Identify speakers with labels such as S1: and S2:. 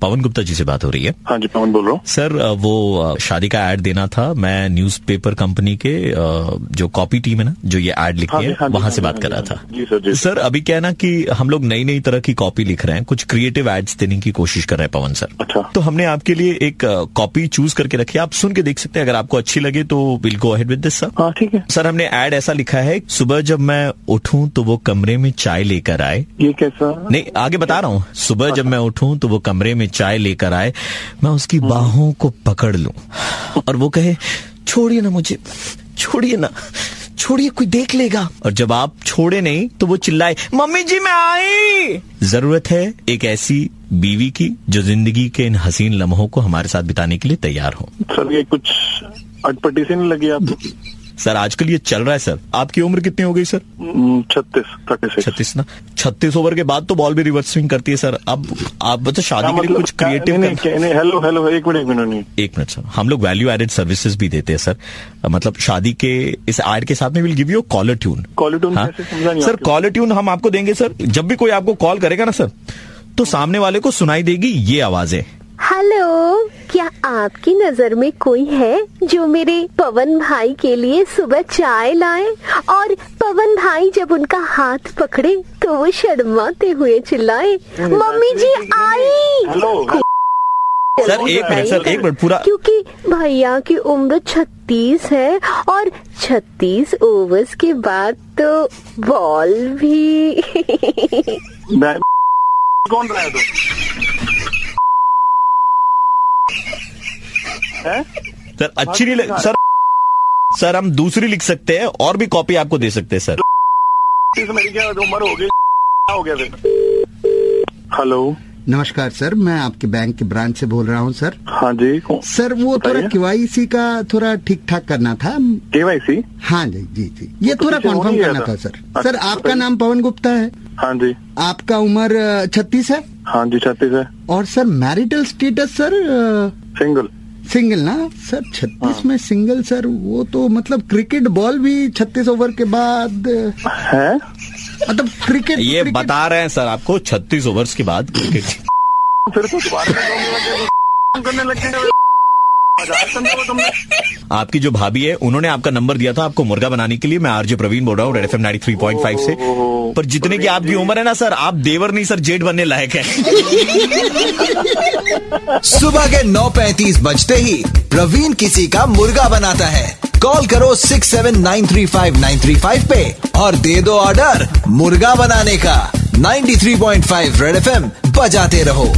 S1: पवन गुप्ता जी से बात हो रही है
S2: हाँ जी पवन बोल रहा हूँ
S1: सर अ, वो अ, शादी का एड देना था मैं न्यूज़पेपर कंपनी के अ, जो कॉपी टीम है ना जो ये एड लिखती
S2: हाँ जी,
S1: है
S2: हाँ जी,
S1: वहां
S2: हाँ
S1: से
S2: जी,
S1: बात
S2: हाँ
S1: कर
S2: जी,
S1: रहा
S2: हाँ
S1: था
S2: जी, सर, जी,
S1: सर अभी क्या है ना कि हम लोग नई नई तरह की कॉपी लिख रहे हैं कुछ क्रिएटिव एड्स देने की कोशिश कर रहे हैं पवन सर
S2: अच्छा।
S1: तो हमने आपके लिए एक कॉपी चूज करके रखी है आप सुन के देख सकते हैं अगर आपको अच्छी लगे तो will go ahead with this sir
S2: हाँ ठीक है
S1: सर हमने एड ऐसा लिखा है सुबह जब मैं उठूं तो वो कमरे में चाय लेकर आए
S2: ये कैसा
S1: नहीं आगे बता रहा हूँ सुबह जब मैं उठूं तो वो कमरे में चाय लेकर आए मैं उसकी बाहों को पकड़ लूं और वो कहे छोड़िए ना मुझे छोड़िए ना छोड़िए कोई देख लेगा और जब आप छोड़े नहीं तो वो चिल्लाए मम्मी जी मैं आई जरूरत है एक ऐसी बीवी की जो जिंदगी के इन हसीन लम्हों को हमारे साथ बिताने के लिए तैयार हो
S2: सर ये कुछ अटपटी से नहीं लगी आपको
S1: सर आजकल ये चल रहा है सर आपकी उम्र कितनी हो गई सर
S2: हम्म, छत्तीस थर्टी सिक्स
S1: छत्तीस ना छत्तीस ओवर के बाद तो बॉल भी रिवर्स स्विंग करती है सर अब आप तो शादी के लिए
S2: मतलब
S1: कुछ क्रिएटिव करना
S2: हेलो हेलो एक मिनट एक मिनट नहीं
S1: एक मिनट सर हम लोग वैल्यू एडेड सर्विसेज भी देते हैं सर मतलब शादी के इस आर के साथ में will give you caller tune
S2: Caller tune
S1: हाँ?
S2: कैसे? समझा नहीं
S1: सर
S2: आपकी
S1: कॉलर ट्यून हम आपको देंगे सर जब भी कोई आपको कॉल करेगा ना सर तो सामने वाले को सुनाई देगी ये आवाजें
S3: हेलो क्या आपकी नज़र में कोई है जो मेरे पवन भाई के लिए सुबह चाय लाए और पवन भाई जब उनका हाथ पकड़े तो वो शर्माते हुए चिल्लाए मम्मी जी आई
S2: हेलो
S1: सर एक मिनट सर एक मिनट पूरा
S3: क्योंकि भैया की उम्र छत्तीस है और छत्तीस ओवर्स के बाद तो बॉल भी
S2: मैं कौन रहा है तो हैं?
S1: सर अच्छी नहीं लग सर सर हम दूसरी लिख सकते हैं और भी कॉपी आपको दे सकते हैं सर
S2: इस मेरी क्या उम्र हो गई क्या हो गया फिर हेलो
S4: नमस्कार सर मैं आपके बैंक के ब्रांच से बोल रहा हूँ सर
S2: हाँ जी
S4: सर वो थोड़ा
S2: बताइए।
S4: केवाईसी का थोड़ा ठीक ठाक करना था
S2: केवाईसी
S4: हाँ जी जी जी ये
S2: तो
S4: थोड़ा
S2: किसी और
S4: कंफर्म
S2: ने
S4: करना
S2: किया
S4: था
S2: था।
S4: सर
S2: अच्छा,
S4: सर आपका
S2: बताइए।
S4: नाम पवन गुप्ता है
S2: हाँ जी
S4: आपका उम्र छत्तीस है
S2: हाँ जी छत्तीस है
S4: और sir marital status sir
S2: single
S4: single ना सर
S2: हाँ।
S4: छत्तीस में सिंगल सर वो तो मतलब क्रिकेट बॉल भी छत्तीस ओवर के बाद अ,
S2: है
S4: मतलब क्रिकेट
S1: ये
S4: क्रिकेट-
S1: बता रहे हैं सर आपको छत्तीस ओवर्स के बाद क्रिकेट
S2: फिर तो दोबारा से करने लगे, तो करने लगे मजाक समझा हुआ तुमने
S1: आपकी जो भाभी है उन्होंने आपका नंबर दिया था आपको मुर्गा बनाने के लिए मैं आरजे प्रवीण बोल रहा हूँ red F M three point five से
S2: ओहो,
S1: पर जितने की
S2: प्रवीण
S1: आपकी
S2: जी।
S1: उम्र है ना सर आप देवर नहीं सर जेठ बनने लायक है
S5: सुबह के 9:35 बजते ही प्रवीण किसी का मुर्गा बनाता है कॉल करो 6793595 पे और दे दो ऑर्डर मुर्गा बनाने का 93.5 रेड एफएम बजाते रहो